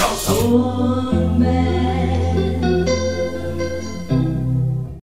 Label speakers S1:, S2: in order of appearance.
S1: Oh.